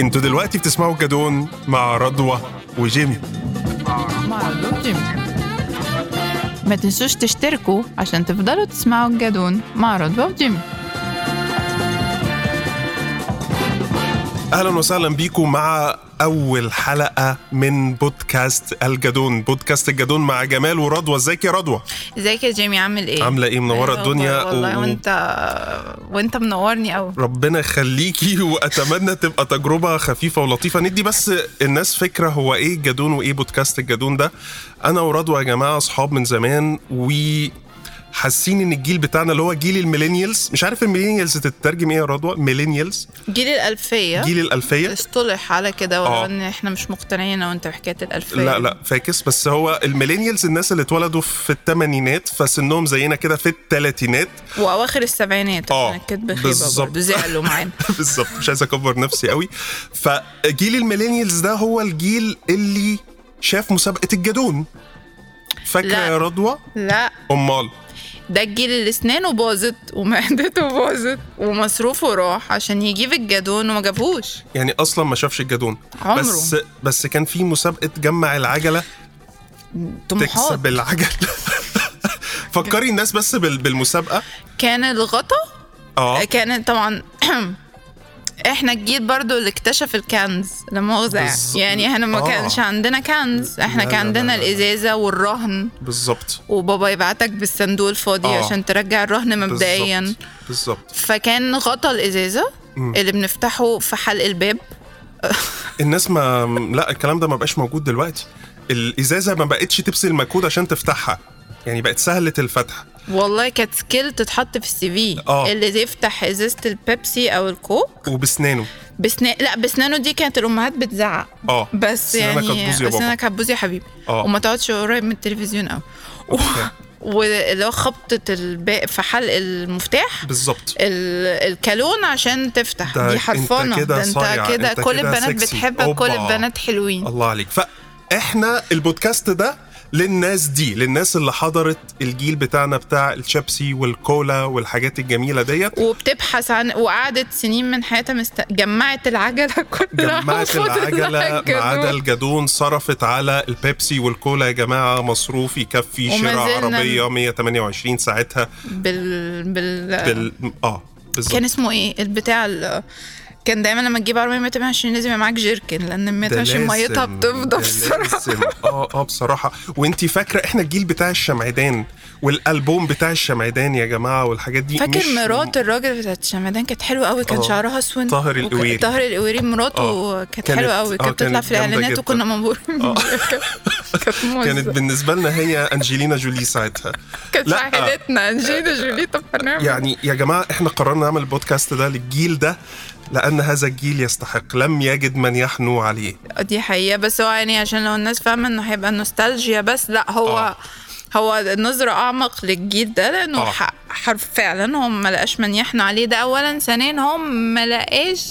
انتوا دلوقتي بتسمعوا جادون مع رضوى وجيمي ما تنسوش تشتركوا عشان تفضلوا تسمعوا الجدون مع رضوى وجيمي اهلا وسهلا بيكم مع اول حلقه من بودكاست الجدون بودكاست الجدون مع جمال ورضوى ازيك يا رضوى ازيك يا جيمي عامل ايه؟ عامله ايه منوره أيوة الدنيا والله و- وانت وانت منورني قوي ربنا يخليكي واتمنى تبقى تجربه خفيفه ولطيفه ندي بس الناس فكره هو ايه الجدون وايه بودكاست الجدون ده انا ورضوى يا جماعه اصحاب من زمان و حاسين ان الجيل بتاعنا اللي هو جيل الميلينيالز مش عارف الميلينيالز تترجم ايه يا رضوى ميلينيالز جيل الألفية جيل الالفيه اصطلح على كده آه. ولو ان احنا مش مقتنعين انا وانت بحكاية الألفية لا لا فاكس بس هو الميلينيالز الناس اللي اتولدوا في الثمانينات فسنهم زينا كده في الثلاثينات واواخر السبعينات آه، عشان الكدب بالظبط. خيبة برضه زعلوا معانا بالظبط مش عايز اكبر نفسي قوي فجيل الميلينيالز ده هو الجيل اللي شاف مسابقه الجدون فاكره لا. يا رضوى لا امال ده الجيل اللي اسنانه باظت ومعدته باظت ومصروفه راح عشان يجيب الجدون وما جابهوش يعني اصلا ما شافش الجدون عمره. بس بس كان في مسابقه جمع العجله طموحات تكسب العجله فكري الناس بس بال- بالمسابقه كان الغطا اه كان طبعا احنا الجيل برضو اللي اكتشف الكنز لا مؤاخذة يعني. بالظ- يعني احنا ما آه. كانش عندنا كنز احنا لا، كان لا، عندنا لا، لا، لا. الازازه والرهن بالظبط وبابا يبعتك بالصندوق الفاضي آه. عشان ترجع الرهن مبدئيا بالظبط بالظبط فكان غطا الازازه اللي بنفتحه في حلق الباب الناس ما لا الكلام ده ما بقاش موجود دلوقتي الازازه ما بقتش تبسي المكود عشان تفتحها يعني بقت سهله الفتح والله كانت سكيل تتحط في السي في آه. اللي يفتح ازازه البيبسي او الكوك وبسنانه بسنا... لا بسنانه دي كانت الامهات بتزعق اه بس سنانك يعني هتبوظ يا بابا. سنانك هتبوظ يا حبيبي آه. وما تقعدش قريب من التلفزيون قوي و... ولو خبطة الباقي في حلق المفتاح بالظبط ال... الكالون عشان تفتح ده دي أنت حرفانة كده ده صايع، انت أنت كده كل كده البنات سكسي. بتحبك كل أوبا. البنات حلوين الله عليك فاحنا البودكاست ده للناس دي للناس اللي حضرت الجيل بتاعنا بتاع الشيبسي والكولا والحاجات الجميله ديت وبتبحث عن وقعدت سنين من حياتها مست... جمعت العجلة كلها جمعت وفضلت العجله ما عدا الجنون. الجدون صرفت على البيبسي والكولا يا جماعه مصروف يكفي وما شراء زلنا- عربيه 128 ساعتها بال... بال... بال اه بالظبط كان اسمه ايه البتاع ال- كان دايما لما تجيب عربيه 128 لازم يبقى معاك جيركن لان 128 ميتها بتفضى بسرعه بصراحه اه اه بصراحه وانت فاكره احنا الجيل بتاع الشمعدان والالبوم بتاع الشمعدان يا جماعه والحاجات دي فاكر مش- مرات الراجل بتاعت الشمعدان كانت حلوه قوي كان آه. شعرها اسود طاهر وكان- القويري. طاهر القويري مراته آه. كانت كانت- حلوه قوي آه، كانت تطلع كانت في جامدة الاعلانات جدا. وكنا مبهورين بيها. كانت كانت موزة. بالنسبه لنا هي انجلينا جولي ساعتها كانت لا. صاحبتنا انجينا جولي طب هنعمل يعني يا جماعه احنا قررنا نعمل البودكاست ده للجيل ده لان هذا الجيل يستحق لم يجد من يحنو عليه دي حقيقة بس هو يعني عشان لو الناس فاهمة انه هيبقى نوستالجيا بس لا هو آه. آه. هو نظرة أعمق للجيل ده لأنه آه. آه. حرف فعلا هم ملقاش من يحنوا عليه ده أولا ثانيا هم ملقاش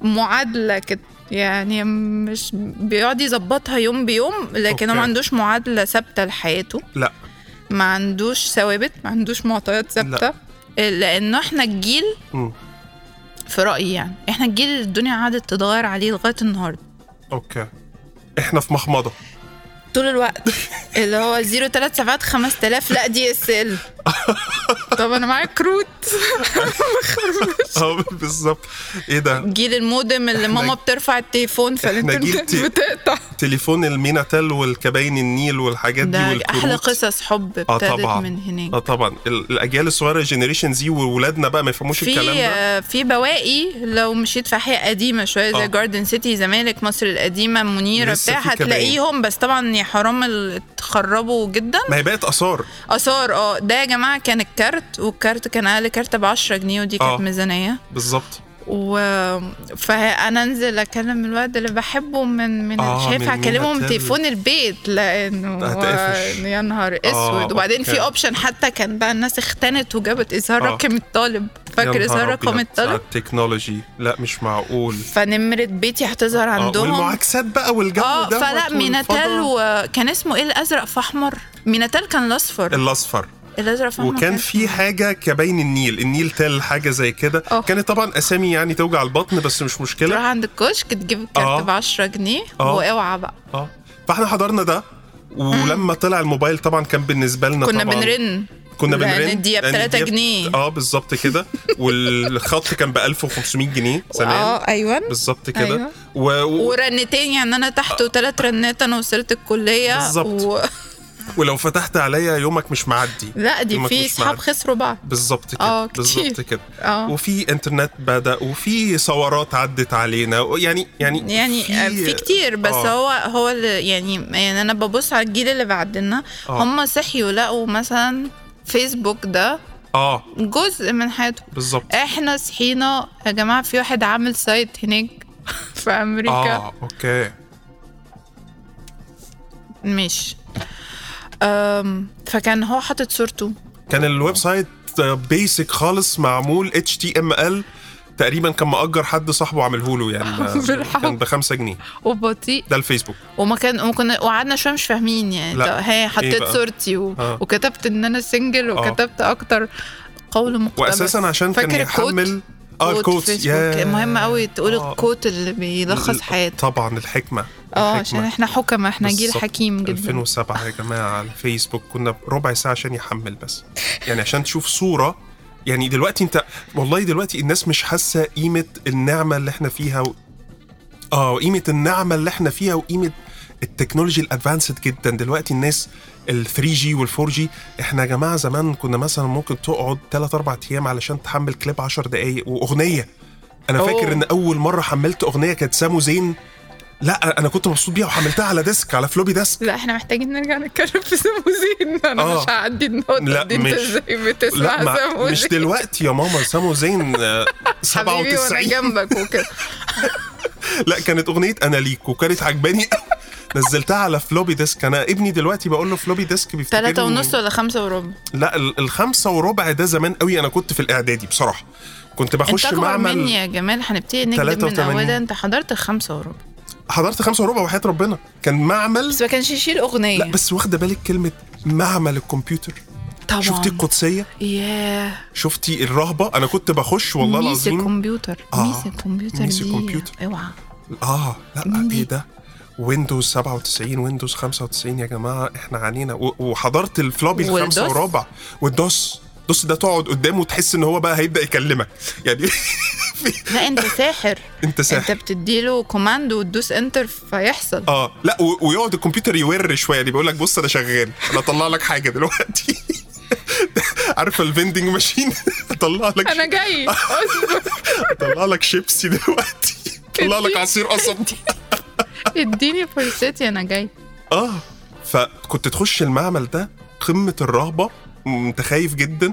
معادلة كده يعني مش بيقعد يظبطها يوم بيوم لكن هو ما أوكي. عندوش معادلة ثابتة لحياته لا ما عندوش ثوابت ما عندوش معطيات ثابتة لأنه احنا الجيل مم. في رأيي يعني احنا الجيل اللي الدنيا قعدت تتغير عليه لغاية النهاردة اوكي احنا في مخمضه طول الوقت اللي هو 0 3 سبعات 5000 لا دي اس ال طب انا معايا كروت اه بالظبط ايه ده جيل المودم اللي ماما بترفع التليفون جيل فالانترنت تي- بتقطع تليفون الميناتيل والكباين النيل والحاجات دي ده والكروت احلى قصص حب اه ابتدت طبعا من اه هناك طبعا ال- الاجيال الصغيره جينيريشن زي وولادنا بقى ما يفهموش الكلام في ده آه، في بواقي لو مشيت في احياء قديمه شويه آه. زي جاردن سيتي زمالك مصر القديمه منيره لسه بتاع في كمان. هتلاقيهم بس طبعا يا حرام ال- اتخربوا جدا ما هي بقت اثار اثار اه ده يا جماعه كان الكارت والكارت كان اقل كارت ب 10 جنيه ودي آه. كانت ميزانيه بالظبط و فانا انزل اكلم الواد اللي بحبه من من آه، مش هينفع من- من اكلمه من هتل- تليفون البيت لانه هتقفش. آه، يا نهار اسود وبعدين في أوكي. اوبشن حتى كان بقى الناس اختنت وجابت اظهار آه. رقم الطالب فاكر يا اظهار نهار رقم أبيض على الطالب التكنولوجي لا مش معقول فنمرة بيتي هتظهر آه، عندهم والمعاكسات بقى والجو اه دوت فلا والفضا. إيه؟ ميناتال وكان اسمه ايه الازرق في احمر ميناتال كان الاصفر الاصفر الازرق فاهمه وكان في حاجه كبين النيل النيل تل حاجه زي كده أوه. كانت طبعا اسامي يعني توجع البطن بس مش تروح مشكله عند الكشك تجيب آه. الكارت ب 10 جنيه آه. واوعى بقى اه فاحنا حضرنا ده ولما طلع الموبايل طبعا كان بالنسبه لنا كنا طبعا بنرن كنا لأن بنرن الدقيقة لأن يعني بتلاتة الدقيقة بت- جنيه. اه بالظبط كده والخط كان ب 1500 جنيه زمان اه ايوه بالظبط كده أيوة. و... و... آه. ورنتين يعني انا تحت وثلاث رنات انا وصلت الكليه بالظبط. و... ولو فتحت عليا يومك مش معدي لا دي يومك في مش صحاب معدي. خسروا بعض بالظبط كده آه، كتير. بالظبط كده اه وفي انترنت بدا وفي ثورات عدت علينا يعني يعني يعني في, في كتير بس آه. آه. هو هو اللي يعني يعني انا ببص على الجيل اللي بعدنا آه. آه. هم صحيوا لقوا مثلا فيسبوك ده اه جزء من حياتهم بالظبط احنا صحينا يا جماعه في واحد عامل سايت هناك في امريكا اه اوكي ماشي أم فكان هو حاطط صورته كان الويب سايت بيسك خالص معمول اتش تي ام ال تقريبا كان مأجر حد صاحبه عامله له يعني ما- بالحب. كان ب 5 جنيه وبطيء ده الفيسبوك وما كان وكنا وقعدنا شويه مش فاهمين يعني لا. إيه طب هي حطيت بقى؟ صورتي و... آه. وكتبت ان انا سنجل وكتبت اكتر قول مقتبس واساسا عشان كان فاكر الكود؟ يحمل اه الكوت فيسبوك مهم قوي تقول آه. الكوت اللي بيلخص حياتك طبعا الحكمه اه الحكمة. عشان احنا حكمة احنا جيل بالظبط. حكيم جدا 2007 يا جماعه على الفيسبوك كنا ربع ساعه عشان يحمل بس يعني عشان تشوف صوره يعني دلوقتي انت والله دلوقتي الناس مش حاسه قيمه النعمه اللي احنا فيها و... اه وقيمه النعمه اللي احنا فيها وقيمه التكنولوجي الادفانسد جدا دلوقتي الناس ال 3 جي وال 4 جي احنا يا جماعه زمان كنا مثلا ممكن تقعد 3 4 ايام علشان تحمل كليب 10 دقائق واغنيه انا أوه. فاكر ان اول مره حملت اغنيه كانت سامو زين لا انا كنت مبسوط بيها وحملتها على ديسك على فلوبي ديسك لا احنا محتاجين نرجع نتكلم في سموزين انا آه. مش هعدي النقطة لا، دي انت مش- ازاي لا بتسمع ما سموزين مش دلوقتي يا ماما سامو زين آه، حبيبي وانا 97 جنبك وكده لا كانت اغنيه انا ليك وكانت عجباني أوي. نزلتها على فلوبي ديسك انا ابني دلوقتي بقول له فلوبي ديسك بيفتكرني ثلاثة ونص ولا خمسة وربع لا ال- الخمسة وربع ده زمان قوي انا كنت في الاعدادي بصراحه كنت انت بخش اكبر مني معمل يا جمال هنبتدي نكذب تلاتة من وتمانين. اولها انت حضرت الخمسة وربع حضرت خمسة وربع وحياه ربنا كان معمل بس ما كانش يشيل اغنية لا بس واخده بالك كلمه معمل الكمبيوتر طبعا شفتي القدسيه ياه شفتي الرهبه انا كنت بخش والله ميس العظيم الكمبيوتر آه. ميس الكمبيوتر ميس دي الكمبيوتر. اوعى اه لا مين ايه دي؟ ده ويندوز 97 ويندوز 95 يا جماعه احنا عانينا و- وحضرت الفلوبي الخمسه والدوس؟ وربع والدوس دوس ده تقعد قدامه وتحس ان هو بقى هيبدا يكلمك يعني لا انت ساحر انت انت ساحر بتديله كوماند وتدوس انتر فيحصل اه لا و- ويقعد الكمبيوتر يور شويه يعني بيقول لك بص انا شغال انا اطلع لك حاجه دلوقتي عارفه الفندنج ماشين اطلع لك انا جاي اطلع لك شيبسي دلوقتي اطلع لك عصير قصب اديني فرصتي انا جاي اه فكنت تخش المعمل ده قمه الرهبه انت خايف جدا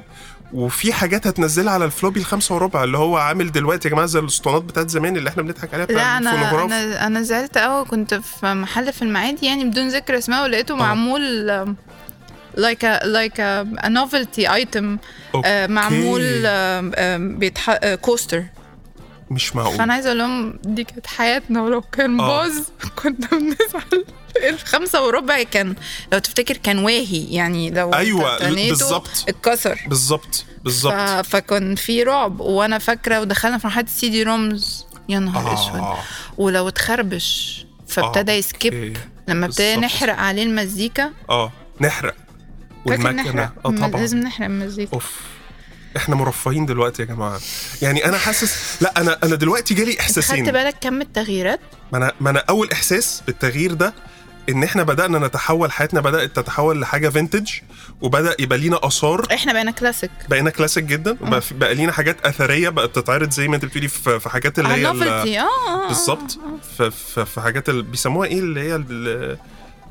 وفي حاجات هتنزلها على الفلوبي الخمسة وربع اللي هو عامل دلوقتي يا جماعه زي الاسطوانات بتاعت زمان اللي احنا بنضحك عليها بتاعت لا انا الفونوغراف. انا انا زعلت قوي كنت في محل في المعادي يعني بدون ذكر اسماء آه. ولقيته معمول آه، لايك لايك ا نوفلتي ايتم أوكي. آه، معمول آم، آم، بيتح... آه، كوستر مش معقول فانا عايزه اقول لهم دي كانت حياتنا ولو كان آه. باظ كنا بنزعل الخمسة وربع كان لو تفتكر كان واهي يعني لو أيوة، تنيته بالظبط. اتكسر بالظبط ف... بالظبط فكان في رعب وانا فاكره ودخلنا في مرحله السي دي رومز يا نهار آه. آه. اسود ولو اتخربش فابتدى آه، يسكيب أوكي. لما ابتدى بالظبط. نحرق عليه المزيكا اه نحرق فاكر والمكنه نحرق اه الم- طبعا لازم نحرق المزيكا اوف احنا مرفهين دلوقتي يا جماعه يعني انا حاسس لا انا انا دلوقتي جالي خدت احساسين بالك كم التغييرات ما انا ما انا اول احساس بالتغيير ده ان احنا بدانا نتحول حياتنا بدات تتحول لحاجه فينتج وبدا يبقى لينا اثار احنا بقينا كلاسيك بقينا كلاسيك آه. جدا وبقى في- بقى لينا حاجات اثريه بقت تتعرض زي ما انت بتقولي في في حاجات اللي هي ال- نوفلتي اه بالظبط في- في في حاجات اللي بيسموها ايه اللي هي ال-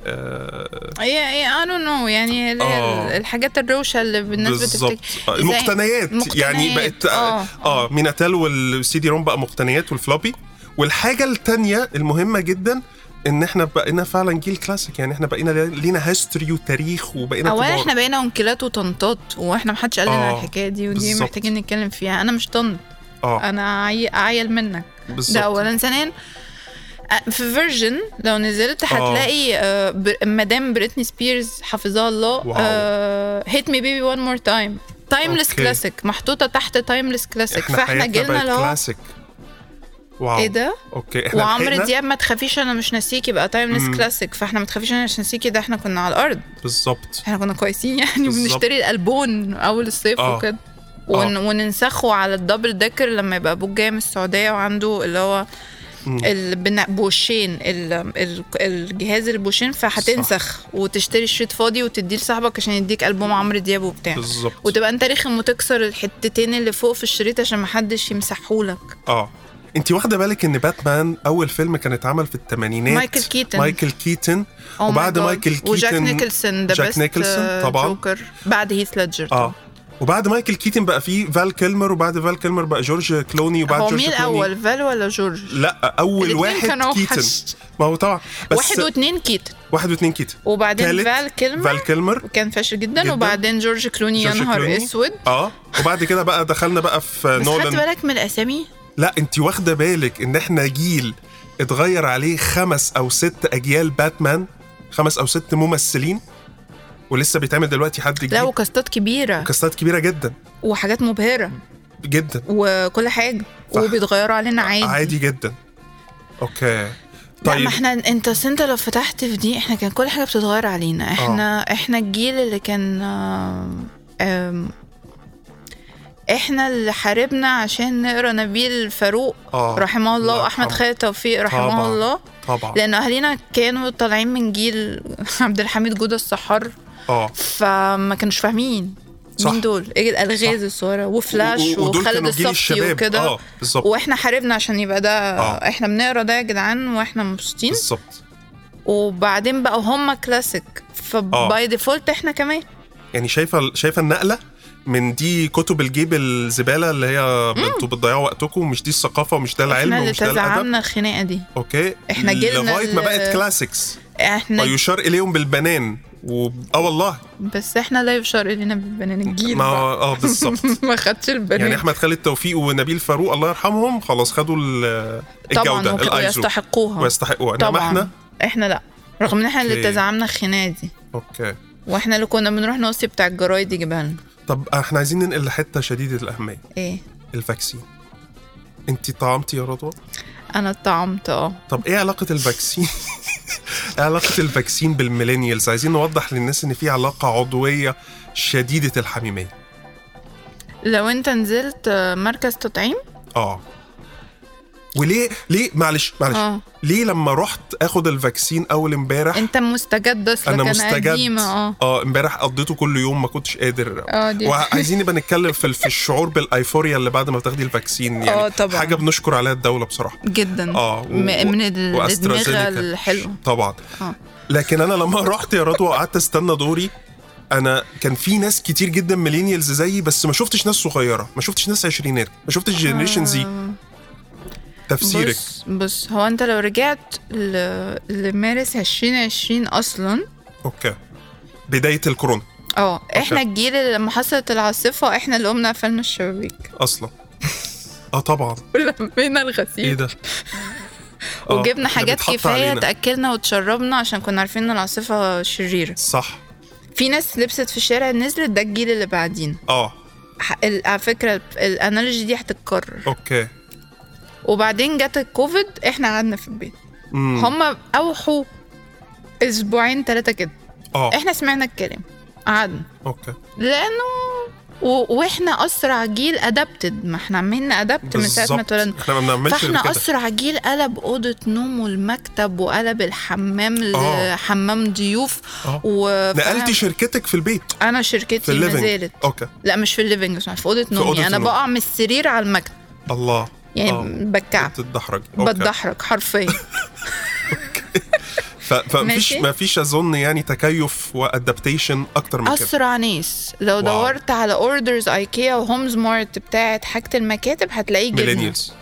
آه، ايه ايه اي دونت نو يعني اللي هي آه. الحاجات الروشه اللي الناس بالظبط بتفتكر آه، زي- المقتنيات يعني مقتنيات، بقت اه, اه آه ميناتال والسي دي روم بقى مقتنيات والفلوبي والحاجه الثانيه المهمه جدا ان احنا بقينا فعلا جيل كلاسيك يعني احنا بقينا لينا هيستوري وتاريخ وبقينا اولا كبار. احنا بقينا انكلات وطنطات واحنا محدش قال لنا آه، على الحكايه دي ودي بالظبط. محتاجين نتكلم فيها انا مش طنط اه انا عي- عيل منك بالظبط ده اولا ثانيا آه، في فيرجن لو نزلت هتلاقي آه، بر- مدام بريتني سبيرز حفظها الله آه، واو. هيت مي بيبي وان مور تايم تايمليس أوكي. كلاسيك محطوطه تحت تايمليس كلاسيك احنا فاحنا حياتنا جيلنا بقت اللي هو كلاسيك واو ايه ده؟ اوكي احنا وعمرو لحقنا- دياب ما تخافيش انا مش ناسيكي بقى تايمليس كلاسيك فاحنا ما تخافيش انا مش ناسيكي ده احنا كنا على الارض بالظبط احنا كنا كويسين يعني بالظبط. وبنشتري الالبون اول الصيف آه. وكده ون... آه. وننسخه على الدبل ديكر لما يبقى ابوك جاي من السعوديه وعنده اللي هو البناء بوشين ال... ال... الجهاز البوشين فهتنسخ وتشتري شريط فاضي وتديه لصاحبك عشان يديك البوم عمرو دياب وبتاع بالظبط وتبقى انت رخم وتكسر الحتتين اللي فوق في الشريط عشان محدش يمسحهولك اه انت واخده بالك ان باتمان اول فيلم كان اتعمل في الثمانينات مايكل كيتن. مايكل كيتن Oh my وبعد God. مايكل كيتن وجاك نيكلسون ذا جاك بيست نيكلسون طبعا. جوكر بعد هيث ليدجر اه وبعد مايكل كيتن بقى في فال كيلمر وبعد فال كيلمر بقى جورج كلوني وبعد هو جورج مين كلوني الاول فال ولا جورج؟ لا اول الاتنين واحد كانوا كيتن وحش. ما هو طبعا بس واحد واثنين كيتن واحد واثنين كيتن وبعدين تالت فال كيلمر فال كيلمر كان فاشل جدا, جداً. وبعدين جورج كلوني يا جورج نهار كلوني. اسود اه وبعد كده بقى دخلنا بقى في بس خدت نولان بالك من الاسامي لا انت واخده بالك ان احنا جيل اتغير عليه خمس او ست اجيال باتمان خمس او ست ممثلين ولسه بيتعمل دلوقتي حد جديد لا وكاستات كبيره كاستات كبيره جدا وحاجات مبهره جدا وكل حاجه صح. وبيتغيروا علينا عادي, عادي جدا اوكي طيب. لا طيب ما احنا انت أصل انت لو فتحت في دي احنا كان كل حاجه بتتغير علينا آه. احنا أوه. احنا الجيل اللي كان آم، آم، احنا اللي حاربنا عشان نقرا نبيل فاروق آه، رحمه الله الله واحمد يرحمه. خالد توفيق رحمه طبعاً. الله طبعا لان اهالينا كانوا طالعين من جيل عبد الحميد جوده الصحار اه فما كانوش فاهمين صح. مين دول إيه الغاز الصغيره وفلاش و- و- ودول وخالد كانوا جيل الصفتي الشباب. وكده آه، بالظبط. واحنا حاربنا عشان يبقى ده آه. احنا بنقرا ده يا جدعان واحنا مبسوطين بالظبط وبعدين بقوا هم كلاسيك آه. فباي ديفولت احنا كمان يعني شايفه شايفه النقله من دي كتب الجيب الزباله اللي هي انتوا بتضيعوا وقتكم ومش دي الثقافه ومش ده العلم احنا اللي ومش ده الادب تزعمنا الخناقه دي اوكي إحنا جيلنا لغايه ما ال- بقت كلاسيكس احنا ويشار اليهم بالبنان و... اه والله بس احنا لا يفشر لنا بالبنان الجيل ما بقى. اه بالظبط ما خدش البنان يعني احمد خالد توفيق ونبيل فاروق الله يرحمهم خلاص خدوا ال- طبعا الجوده وك- الايزو ويستحقوها ويستحقوها انما طبعا احنا احنا لا رغم ان احنا اللي أوكي. تزعمنا الخناقه دي اوكي واحنا اللي كنا بنروح نوصي بتاع الجرايد يجيبها لنا طب احنا عايزين ننقل لحته شديده الاهميه ايه الفاكسين انت طعمتي يا رضوى انا اتطعمت اه طب ايه علاقه الفاكسين ايه علاقه الفاكسين بالميلينيالز عايزين نوضح للناس ان في علاقه عضويه شديده الحميميه لو انت نزلت آه، مركز تطعيم اه وليه ليه معلش معلش اه ليه لما رحت اخد الفاكسين اول امبارح انت مستجد اصلك انا انا مستجد قديمة اه اه امبارح قضيته كل يوم ما كنتش قادر اه دي وعايزين نبقى نتكلم في في الشعور بالايفوريا اللي بعد ما تاخدي الفاكسين يعني آه، طبعاً. حاجه بنشكر عليها الدوله بصراحه جدا اه و- م- من ال- الادمغه وأسترازينيكا. الحلوه طبعا آه. لكن انا لما رحت يا رضوى وقعدت استنى دوري انا كان في ناس كتير جدا ميلينيالز زيي بس ما شفتش ناس صغيره ما شفتش ناس عشرينات ما شفتش جنريشن زي آه، تفسيرك بص بص هو انت لو رجعت ل... لمارس 2020 اصلا اوكي بدايه الكورونا اه احنا الجيل اللي لما حصلت العاصفه احنا اللي قمنا قفلنا الشبابيك اصلا اه طبعا ولمينا ايه الغسيل ده آه، وجبنا ده حاجات بيتحط كفايه علينا. تاكلنا وتشربنا عشان كنا عارفين ان العاصفه شريره صح في ناس لبست في الشارع نزلت ده الجيل اللي بعدين اه ح- ال- على فكره ال- الانالوجي دي هتتكرر اوكي وبعدين جت الكوفيد احنا قعدنا في البيت امم هما اوحوا اسبوعين ثلاثه كده اه احنا سمعنا الكلام قعدنا اوكي لانه و... واحنا اسرع جيل ادابتد ما احنا عمالين ادابت من ساعه ما بالظبط اتولدنا احنا ما بنعملش غير فاحنا كده اسرع جيل قلب اوضه نومه المكتب وقلب الحمام آه. لحمام ضيوف آه. و... نقلتي شركتك في البيت انا في شركتي ما الليفنج زالت اوكي لا مش في الليفنج بس في اوضه نومي أوضة انا النوم. بقع من السرير على المكتب الله يعني آه. بتكعب بتتدحرج اوكي بتدحرج حرفيا ف- فمفيش ماشي. مفيش اظن يعني تكيف وادابتيشن اكتر من كده اسرع ناس لو دورت على اوردرز ايكيا وهومز مارت بتاعه حاجه المكاتب هتلاقيه جيلنا ميلينيالز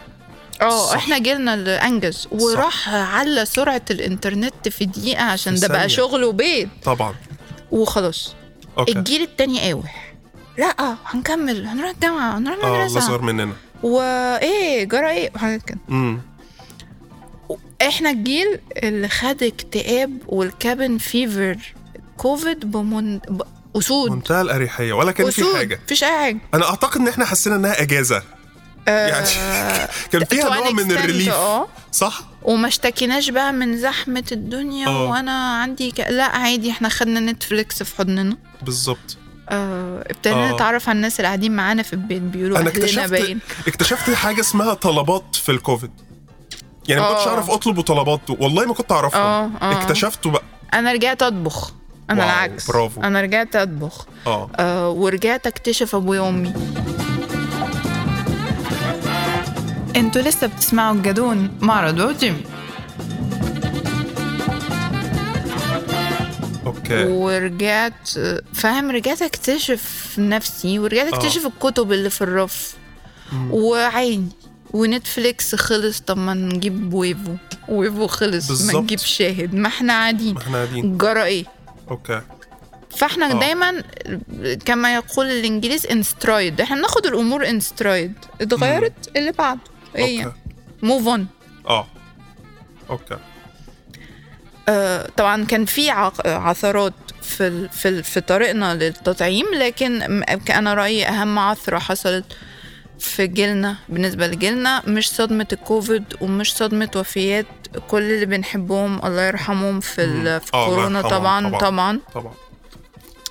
اه صح. احنا جيلنا اللي انجز وراح على سرعه الانترنت في دقيقه عشان في ده بقى ثانية. شغل وبيت طبعا وخلاص اوكي الجيل التاني قاوح لا هنكمل هنروح الجامعه هنروح إيه، اه آه، الله المدرسه صغير مننا وايه جرى ايه وحاجات كده امم احنا الجيل اللي خد اكتئاب والكابن فيفر كوفيد بمن... ب... اسود منتهى الاريحيه ولا كان في اسود حاجه مفيش اي حاجه انا اعتقد ان احنا حسينا انها اجازه آه. يعني كان فيها to an نوع من extent، الريليف اه. صح وما اشتكيناش بقى من زحمه الدنيا اه. وانا عندي ك... لا عادي احنا خدنا نتفليكس في حضننا بالظبط آه ابتدينا اه. نتعرف على الناس اللي قاعدين معانا في البيت بيقولوا انا اهلنا اكتشفت باين اكتشفت حاجه اسمها طلبات في الكوفيد يعني ما كنتش اه. اعرف اطلب وطلبات والله ما كنت اعرفها اه، اه. اكتشفته بقى انا رجعت اطبخ انا واو، العكس برافو. انا رجعت اطبخ اه آه ورجعت اكتشف ابويا وامي انتوا لسه بتسمعوا الجدون مع رضوى وجيمي اوكي ورجعت فاهم رجعت اكتشف نفسي ورجعت اه. اكتشف الكتب اللي في الرف وعيني ونتفليكس خلص طب ما نجيب ويفو ويفو خلص ما بالظبط. نجيب شاهد ما احنا قاعدين ما احنا قاعدين جرى ايه اوكي فاحنا اه. دايما كما يقول الانجليز انسترايد احنا بناخد الامور انسترايد اتغيرت اللي بعده ايه يعني اوكي موف اون اه اوكي آه، طبعا كان في عق- عثرات في ال- في ال- في طريقنا للتطعيم لكن م- انا رايي اهم عثره حصلت في جيلنا بالنسبه لجيلنا مش صدمه الكوفيد ومش صدمه وفيات كل اللي بنحبهم الله يرحمهم في ال- في آه، الله كورونا يرحمهم طبعا طبعاً. طبعا طبعا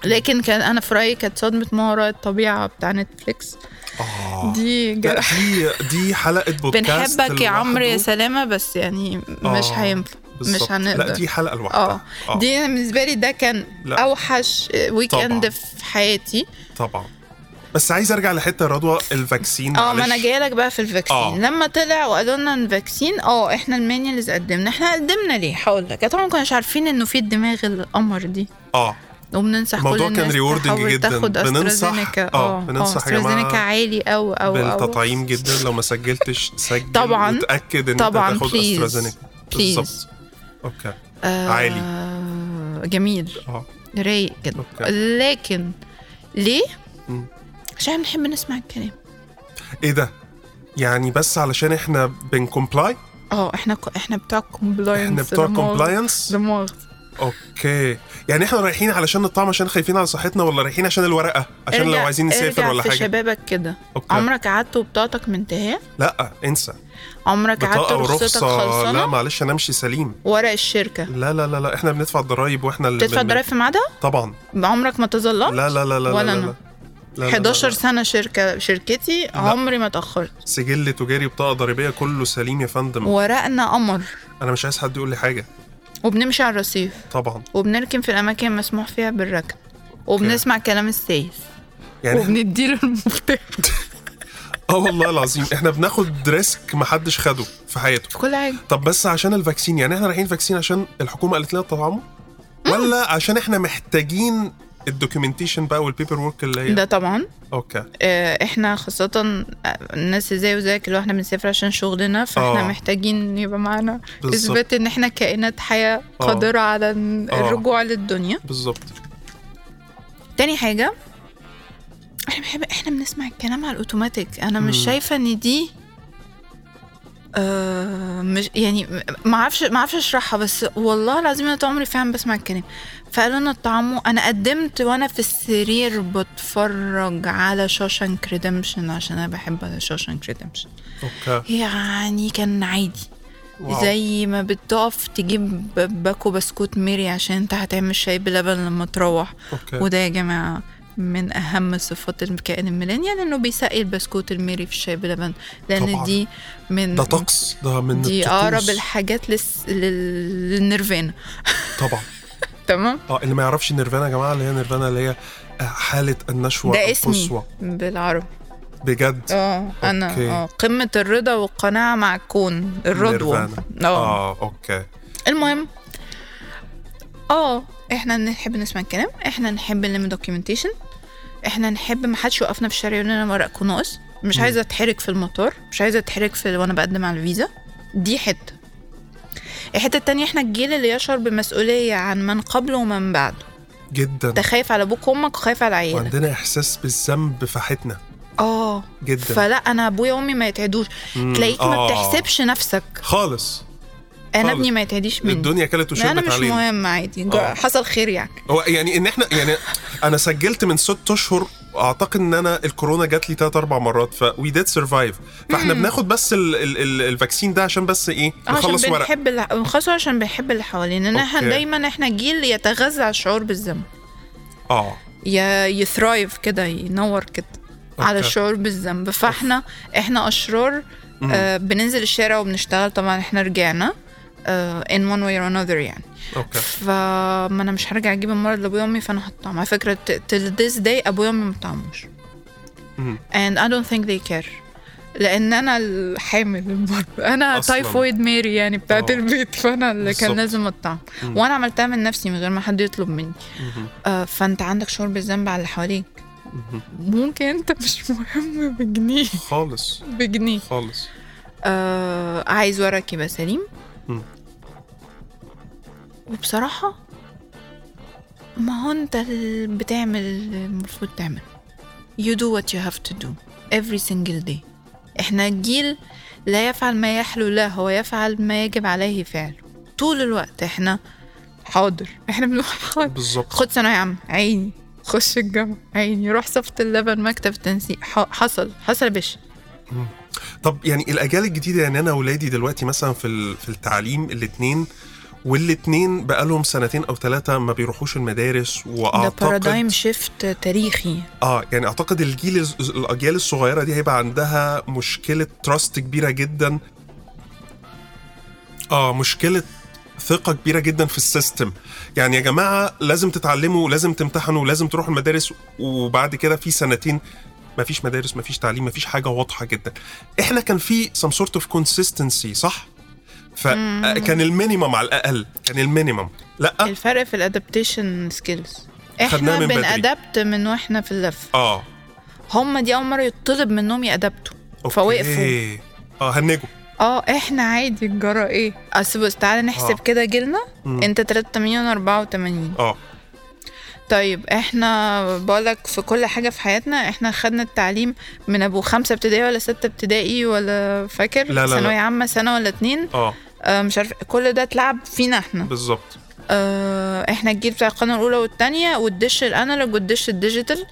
لكن كان انا في رايي كانت صدمه ما وراء الطبيعه بتاع نتفليكس اه دي لا، جرح دي دي حلقه بودكاست بنحبك يا عمرو يا لوحده. سلامه بس يعني مش آه، هينفع بالظبط. لا هنقدر. دي حلقه اه لوحدها دي أنا بالنسبه لي ده كان آه. لا. لا. اوحش ويك طبعاً. اند في حياتي طبعا آه، بس عايز ارجع لحته يا رضوى الفاكسين اه ما انا معلش. جايه لك بقى في الفاكسين آه. آه. لما طلع وقالوا لنا الفاكسين اه احنا المانيالز قدمنا احنا قدمنا ليه هقول لك طبعا ما كناش عارفين انه في الدماغ القمر دي اه وبننصح كل الموضوع كان الناس rewarding تحاول جداً. تاخد بننصح- استرازينيكا آه، بننصح يا جماعة استرازينيكا عالي او او او بالتطعيم جدا لو ما سجلتش سجل طبعاً. وتاكد ان طبعاً، انت تاخد please. استرازينيكا Please. بالظبط اوكي آه، عالي. جميل اه رايق كده أوكي. لكن ليه؟ مم. عشان بنحب نسمع الكلام ايه ده يعني بس علشان احنا بنكومبلاي اه احنا احنا بتوع كومبلاينس احنا بتوع كومبلاينس دماغ اوكي يعني احنا رايحين علشان نطعم عشان خايفين على صحتنا ولا رايحين عشان الورقه عشان لو ارجع- عايزين نسافر ارجع ولا في حاجه شبابك كده أوكي. عمرك قعدت وبطاقتك منتهيه لا انسى عمرك قعدت بطاقه رخصتك ورخصه لا خلصانه معلش انا امشي سليم ورق الشركه لا لا لا لا احنا بندفع الضرايب واحنا اللي بتدفع بن- الضرايب في ميعادها طبعا عمرك ما تظلمت لا لا لا لا ولا لا، أنا. لا، لا 11 سنة سنه شركه شركتي عمري ما اتاخرت سجل تجاري بطاقة ضريبية كله سليم يا فندم ورقنا قمر أنا مش عايز حد يقول لي حاجة وبنمشي على الرصيف طبعا وبنركن في الاماكن المسموح فيها بالركن وبنسمع كلام السيف يعني إحنا- وبنديله المفتاح اه والله العظيم احنا بناخد ريسك محدش خده في حياته في كل حاجه طب بس عشان الفاكسين يعني احنا رايحين فاكسين عشان الحكومة قالت لنا تطعمه ولا عشان احنا محتاجين الدوكيومنتيشن بقى والبيبر ورك اللي هي ده طبعا اوكي آه، احنا خاصة آه، الناس زي وزيك اللي هو احنا بنسافر عشان شغلنا فاحنا آه. أوه. محتاجين يبقى معانا بالظبط. اثبات ان احنا كائنات حياة قادرة على ال- آه. الرجوع للدنيا بالظبط تاني حاجة احنا بنحب احنا بنسمع الكلام على الاوتوماتيك انا مش مم. شايفة ان دي آه مش يعني ما اعرفش ما اعرفش اشرحها بس والله العظيم انا طول عمري فعلا بسمع الكلام فقالوا لنا طعمه انا قدمت وانا في السرير بتفرج على شوشانك ريدمشن عشان انا بحب شوشانك ريدمشن اوكي يعني كان عادي واو. زي ما بتقف تجيب باكو بسكوت ميري عشان انت هتعمل شاي بلبن لما تروح أوكي. وده يا جماعة من أهم صفات الكائن الميلينيال إنه بيسقي البسكوت الميري في الشاي بلبن لأن طبعاً. دي من ده طقس ده من دي الطقوس. أقرب الحاجات للس... لل- للنيرفانا طبعا تمام اه اللي ما يعرفش نيرفانا يا جماعه اللي هي نيرفانا اللي هي حاله النشوه ده اسمي القصوى بالعربي بجد اه انا أوكي. اه قمه الرضا والقناعه مع الكون الرضوه نيرفانا. اه اه اوكي المهم اه احنا نحب نسمع الكلام احنا نحب نلم دوكيومنتيشن احنا نحب ما حدش يوقفنا في الشارع يقول لنا ورقكم ناقص مش عايزه اتحرك في المطار مش عايزه اتحرك في وانا بقدم على الفيزا دي حته الحته التانية احنا الجيل اللي يشعر بمسؤوليه عن من قبله ومن بعده جدا انت خايف على ابوك وامك وخايف على عيالك وعندنا احساس بالذنب في حياتنا اه جدا فلا انا ابويا وامي ما يتعدوش تلاقيك ما آه. بتحسبش نفسك خالص انا خالص. ابني ما يتهديش مني الدنيا كلت لا انا وشربت مش علينا مهم عادي آه. حصل خير يعني هو يعني ان احنا يعني انا سجلت من ست اشهر اعتقد ان انا الكورونا جات لي ثلاث اربع مرات ف وي ديد سرفايف فاحنا بناخد بس ال ال ال الفاكسين ده عشان بس ايه آه، نخلص عشان ورق بنحب اللي... خاصة عشان بنحب اللي حوالينا ان احنا أوكي. دايما احنا جيل يتغذى على الشعور بالذنب اه يا يثرايف كده ينور كده على أوكي. الشعور بالذنب فاحنا احنا اشرار آه بننزل الشارع وبنشتغل طبعا احنا رجعنا آه in one way or another يعني اوكي فما انا مش هرجع اجيب المرض لابويا وامي فانا هطعم على فكره ت- till this day ابويا وامي ما طعموش مم. and I don't think they care لان انا الحامل المرض انا أصلاً. تايفويد ميري يعني بتاعت آه. البيت فانا اللي كان بالظبط. لازم الطعم وانا عملتها من نفسي من غير ما حد يطلب مني آه فانت عندك شعور بالذنب على اللي حواليك ممكن انت مش مهم بجنيه خالص بجنيه خالص آه عايز ورقك يبقى سليم مم. وبصراحة ما هو انت ال- بتعمل اللي المفروض تعمله you do what you have to do every single day احنا جيل لا يفعل ما يحلو له هو يفعل ما يجب عليه فعله طول الوقت احنا حاضر احنا بنقول حاضر بالظبط خد ثانوية عامة عيني خش الجامعة عيني روح صفة اللبن مكتب تنسيق ح- حصل حصل يا باشا طب يعني الاجيال الجديده يعني انا ولادي دلوقتي مثلا في ال- في التعليم الاثنين والاثنين بقالهم سنتين او ثلاثه ما بيروحوش المدارس ده واعتقد بارادايم شيفت تاريخي اه يعني اعتقد الجيل الز- الاجيال الصغيره دي هيبقى عندها مشكله تراست كبيره جدا اه مشكله ثقة كبيرة جدا في السيستم يعني يا جماعة لازم تتعلموا لازم تمتحنوا لازم تروحوا المدارس وبعد كده في سنتين مفيش مدارس مفيش تعليم مفيش حاجة واضحة جدا احنا كان في some sort of consistency صح؟ فكان المينيمم على الأقل كان المينيمم لأ الفرق في الادابتيشن سكيلز خدناها احنا آه. من بدري. بنادبت من واحنا في اللف اه هم دي اول مره يطلب منهم يادبتوا اوكي فوقفوا اه هنجوا اه احنا عادي الجرى ايه اصل بص تعالى نحسب آه. كده جيلنا مم. انت 83 وانا 84 اه طيب احنا بقولك في كل حاجه في حياتنا احنا خدنا التعليم من ابو خمسه ابتدائي ولا سته ابتدائي ولا فاكر لا، لا، لا. ثانويه عامه سنه ولا اتنين اه آه مش عارف كل ده اتلعب فينا احنا بالظبط آه، احنا الجيل بتاع القناه الاولى والثانيه والدش الانالوج والدش الديجيتال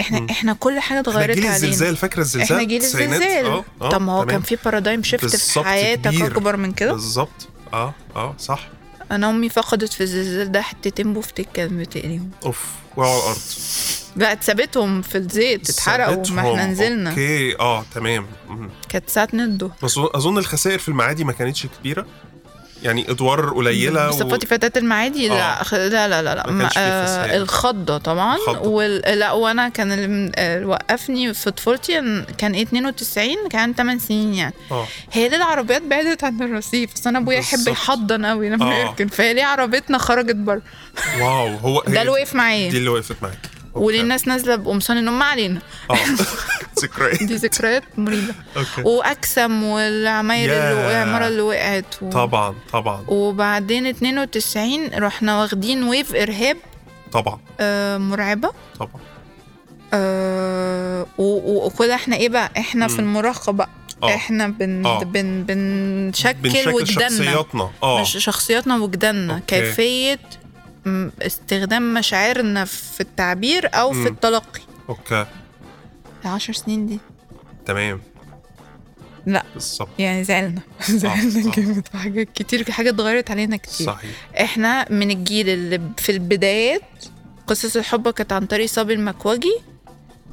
احنا مم. احنا كل حاجه احنا اتغيرت جيل علينا الزلزال فاكره الزلزال احنا جيل التسعينات؟ الزلزال اه اه طب ما هو تمام. كان في بارادايم شيفت في بالظبط حياتك كبير. اكبر من كده بالظبط اه اه صح انا امي فقدت في الزلزال ده حتتين بوفتيك كانت بتقليهم اوف وقعوا على الارض بقت سابتهم في الزيت اتحرقوا ما احنا سابتهم. نزلنا اوكي اه تمام مم. كانت ساعه ندو بس اظن الخسائر في المعادي ما كانتش كبيره يعني ادوار قليله بصفتي فتاة المعادي لا آه. خ- لا لا لا, لا. ما ما كانش فيه آه فساد. الخضة طبعا الخضة. وال... لا وانا كان اللي من- آه، اللي وقفني في طفولتي إن كان ايه 92 كان 8 سنين يعني اه هي ليه العربيات بعدت عن الرصيف بس انا ابويا يحب بالظبط. يحضن قوي لما آه. يركن فهي ليه عربيتنا خرجت بره واو هو هي ده اللي وقف دي معايا اللي وقفت معاك أوكي. وليه الناس نازله بقمصان النوم ما علينا اه ذكريات دي ذكريات مريبه اوكي واكسم والعماير ياه. اللي العماره اللي وقعت و... طبعا طبعا وبعدين 92 رحنا واخدين ويف ارهاب طبعا آه، مرعبه طبعا آه، و- و- وكده احنا ايه بقى احنا في المراهقه بقى آه. احنا بن آه. بن بنشكل بنشكل وجداننا شخصياتنا اه مش شخصياتنا وجداننا أوكي. كيفيه م- استخدام مشاعرنا في التعبير او في مم. التلقي اوكي العشر سنين دي تمام لا بالظبط يعني زعلنا زعلنا آه. جامد في حاجات كتير في حاجات اتغيرت علينا كتير صحيح احنا من الجيل اللي ب- في البدايات قصص الحب كانت عن طريق صبي المكوجي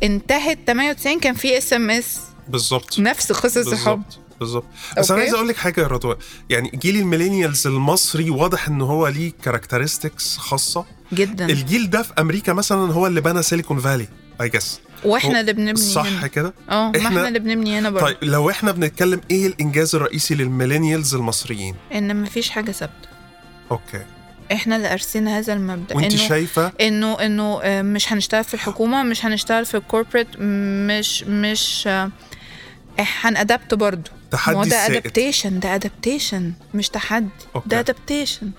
انتهت 98 كان في اس ام اس بالظبط نفس قصص الحب بالظبط بالظبط بس انا أوكي. عايز اقول لك حاجه يا رضوى يعني جيل الميلينيالز المصري واضح ان هو ليه كاركترستكس خاصه أمم. جدا الجيل ده في امريكا مثلا هو اللي بنى سيليكون فالي اي جس واحنا اللي بنبني صح هنا كده اه ما إحنا- احنا اللي بنبني هنا برضه طيب لو احنا بنتكلم ايه الانجاز الرئيسي للميلينيالز المصريين ان مفيش حاجه ثابته اوكي احنا اللي أرسينا هذا المبدا وانت انه شايفه انه انه آه، مش هنشتغل في الحكومه مش هنشتغل في الكوربريت مش مش آه، هنادبت برضه ما هو تحدي ده السائد ادابتيشن ده ادابتيشن مش تحدي أوكي. ده ادابتيشن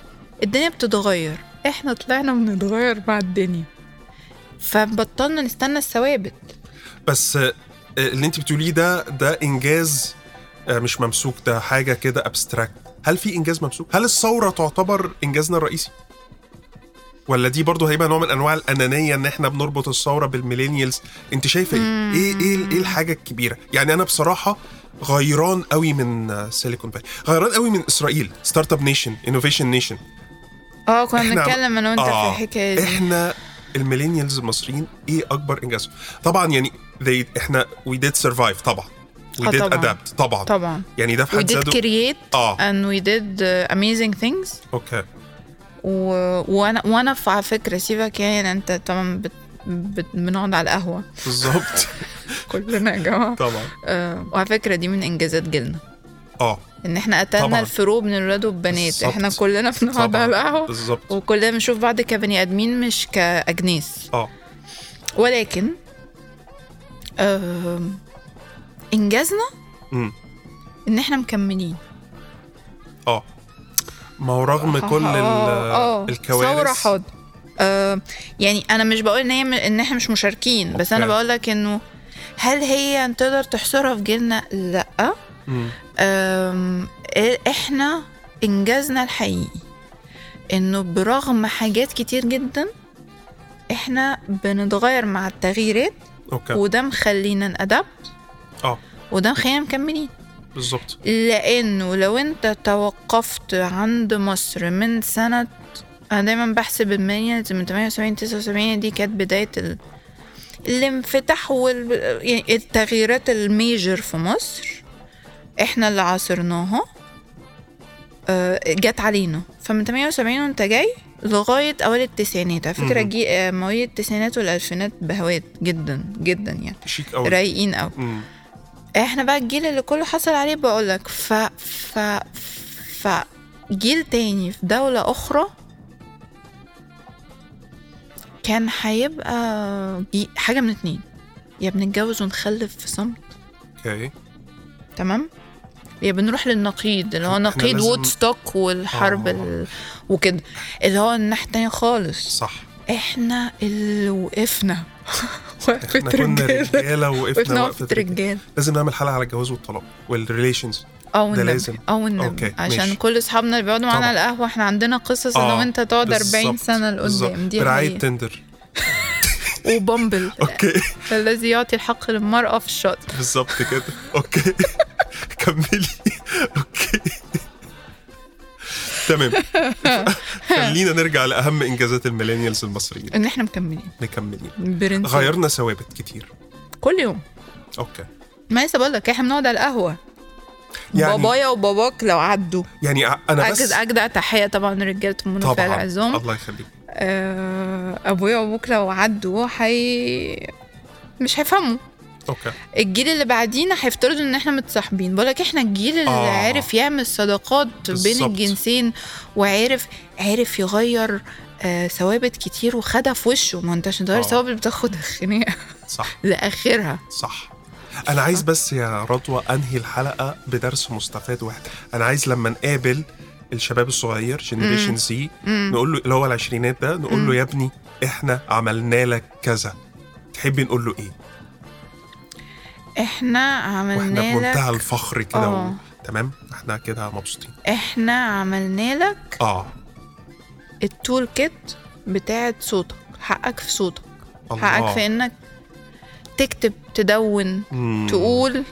الدنيا بتتغير احنا طلعنا بنتغير مع الدنيا فبطلنا نستنى الثوابت بس آه، اللي انت بتقوليه ده ده انجاز آه، مش ممسوك ده حاجه كده ابستراكت هل في انجاز ممسوك هل الثوره تعتبر انجازنا الرئيسي ولا دي برضه هيبقى نوع من انواع الانانيه ان احنا بنربط الثوره بالميلينيالز انت شايفه ايه ايه ايه ايه الحاجه الكبيره يعني انا بصراحه غيران قوي من سيليكون فالي غيران قوي من اسرائيل ستارت اب نيشن انوفيشن نيشن اه كنا بنتكلم انا وانت في آه، الحكايه دي احنا الميلينيالز المصريين ايه اكبر انجازهم طبعا يعني they, احنا we did survive طبعا we آه، did طبعاً. adapt طبعا طبعا يعني ده في we حد did ذاته create آه. and we did uh, amazing things اوكي و... وانا وانا ف- على فكره سيبك يعني انت طبعا بت... بت... بنقعد على القهوه بالظبط كلنا يا جماعه طبعا آه وعلى فكره دي من انجازات جيلنا اه ان احنا قتلنا طبعاً. الفروق بين الولاد والبنات بالظبط. احنا كلنا بنقعد على طبعا القهوه بالظبط وكلنا بنشوف بعض كبني ادمين مش كاجناس اه ولكن آه انجازنا امم ان احنا مكملين اه ما هو رغم كل ال- آه، آه. ثوره الكوارث حاضر آه يعني انا مش بقول ان هي ان احنا مش مشاركين بس انا أوكي. بقول لك انه هل هي تقدر تحصرها في جيلنا لا مم. آم، إيه- احنا انجازنا الحقيقي انه برغم حاجات كتير جدا احنا بنتغير مع التغييرات اوكي وده مخلينا نأدبت اه وده مخلينا مكملين بالظبط لانه لو انت توقفت عند مصر من سنة انا دايما بحسب المانيا من 78 79 دي كانت بداية ال... الانفتاح وال... يعني التغييرات الميجر في مصر احنا اللي عاصرناها آه، جت علينا فمن 78 وانت جاي لغاية أوائل التسعينات على فكرة مهم. جي آه، مواليد التسعينات والألفينات بهوات جدا جدا يعني شيك قوي رايقين أوي مم. احنا بقى الجيل اللي كله حصل عليه بقولك ف ف ف جيل تاني في دولة أخرى كان هيبقى جي- حاجة من اتنين يا بنتجوز ونخلف في صمت اوكي تمام يا بنروح للنقيض اللي هو احنا نقيض لازم- وودستوك والحرب آه. ال... وكده اللي هو الناحية التانية خالص صح احنا اللي وقفنا وقفة احنا كنا رجالة رجاله وقفنا وقفنا وقفه وقفة رجاله رجالة لازم نعمل حلقه على الجواز والطلاق والريليشنز او ده النبي لازم. او النبي أوكي، عشان ماشي. كل اصحابنا اللي بيقعدوا معانا طبعا. على القهوه احنا عندنا قصص انا آه، وانت تقعد 40 بالظبط، سنه بالظبط. لقدام دي برعايه حقيقة. تندر وبامبل اوكي الذي يعطي الحق للمراه في الشط بالظبط كده اوكي كملي اوكي تمام خلينا نرجع لاهم انجازات الميلينيالز المصريين ان احنا مكملين مكملين برنس غيرنا ثوابت كتير كل يوم اوكي ما لسه بقول لك احنا بنقعد على القهوه يعني- بابايا وباباك لو عدوا يعني ع- انا بس اجدع اجدع تحيه طبعا رجاله منى طبعا فعل عزام الله يخليك آه، ابويا وابوك لو عدوا حي مش هيفهموا اوكي الجيل اللي بعدينا هيفترضوا ان احنا متصاحبين بقولك احنا الجيل اللي آه. آه. عارف يعمل صداقات بين بالظبط. الجنسين وعارف عارف يغير آه ثوابت كتير وخدها في وشه ما انت عشان تغير آه. ثوابت بتاخد الخناقه صح لاخرها صح انا عايز بس يا رضوى انهي الحلقه بدرس مستفاد واحد انا عايز لما نقابل الشباب الصغير جنريشن سي نقول له اللي هو العشرينات ده نقول له يا ابني احنا عملنا لك كذا تحبي نقول له ايه احنا واحنا عملنا لك بمنتهى الفخر كده و... آه. تمام احنا كده مبسوطين احنا عملنا لك اه التول كيت بتاعه صوتك حقك في صوتك الله. حقك في انك تكتب تدون مم. تقول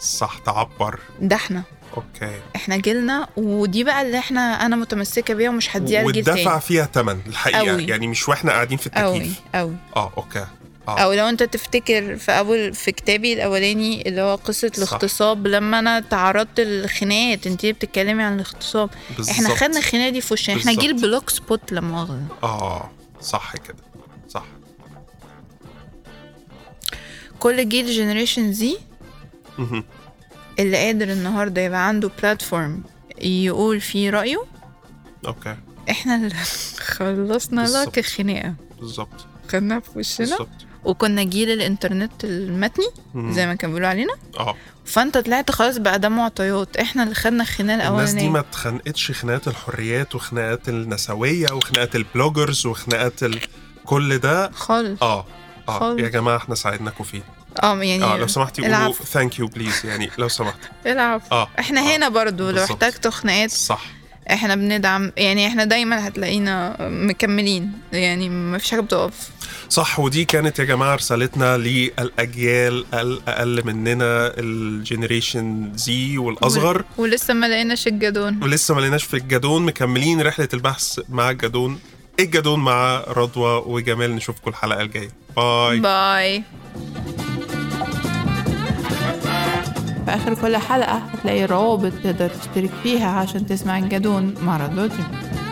صح تعبر ده احنا اوكي احنا جيلنا ودي بقى اللي احنا انا متمسكه بيها ومش هديها لجيل والدفع تاني فيها ثمن الحقيقه أوي. يعني مش واحنا قاعدين في قوي التكييف قوي اه اوكي اه او لو انت تفتكر في اول في كتابي الاولاني اللي هو قصه الاغتصاب لما انا تعرضت للخناقات انت ليه بتتكلمي عن الاغتصاب احنا بالظبط. خدنا الخناقه دي في وشنا احنا بالظبط. جيل بلوك سبوت لا مؤاخذه اه صح كده صح كل جيل جنريشن زي مهم. اللي قادر النهارده يبقى عنده بلاتفورم يقول فيه رايه اوكي احنا اللي خلصنا بالظبط. لك الخناقه بالظبط خدناها في وشنا بالظبط وكنا جيل الانترنت المتني زي ما كانوا بيقولوا علينا اه فانت طلعت خلاص بقى ده معطيات احنا اللي خدنا الخناقه الناس دي ما الاولانيه اتخنقتش خناقات الحريات وخناقات النسويه وخناقات البلوجرز وخناقات ال... كل ده خالص اه اه خالص. يا جماعه احنا ساعدناكوا فيه اه يعني اه لو سمحتي قولوا العفو. ثانك يو بليز يعني لو سمحت العفو آه، احنا آه، هنا برضو لو بالظبط. احتجتوا خناقات صح احنا بندعم يعني احنا دايما هتلاقينا مكملين يعني ما فيش حاجه بتقف صح ودي كانت يا جماعه رسالتنا للاجيال الاقل مننا الجنريشن زي والاصغر ول- ولسه ما لقيناش الجدون ولسه ما لقيناش في الجدون مكملين رحله البحث مع الجدون الجدون مع رضوى وجمال نشوفكم الحلقه الجايه باي باي في آخر كل حلقة هتلاقي روابط تقدر تشترك فيها عشان تسمع الجدون مع راديو جيم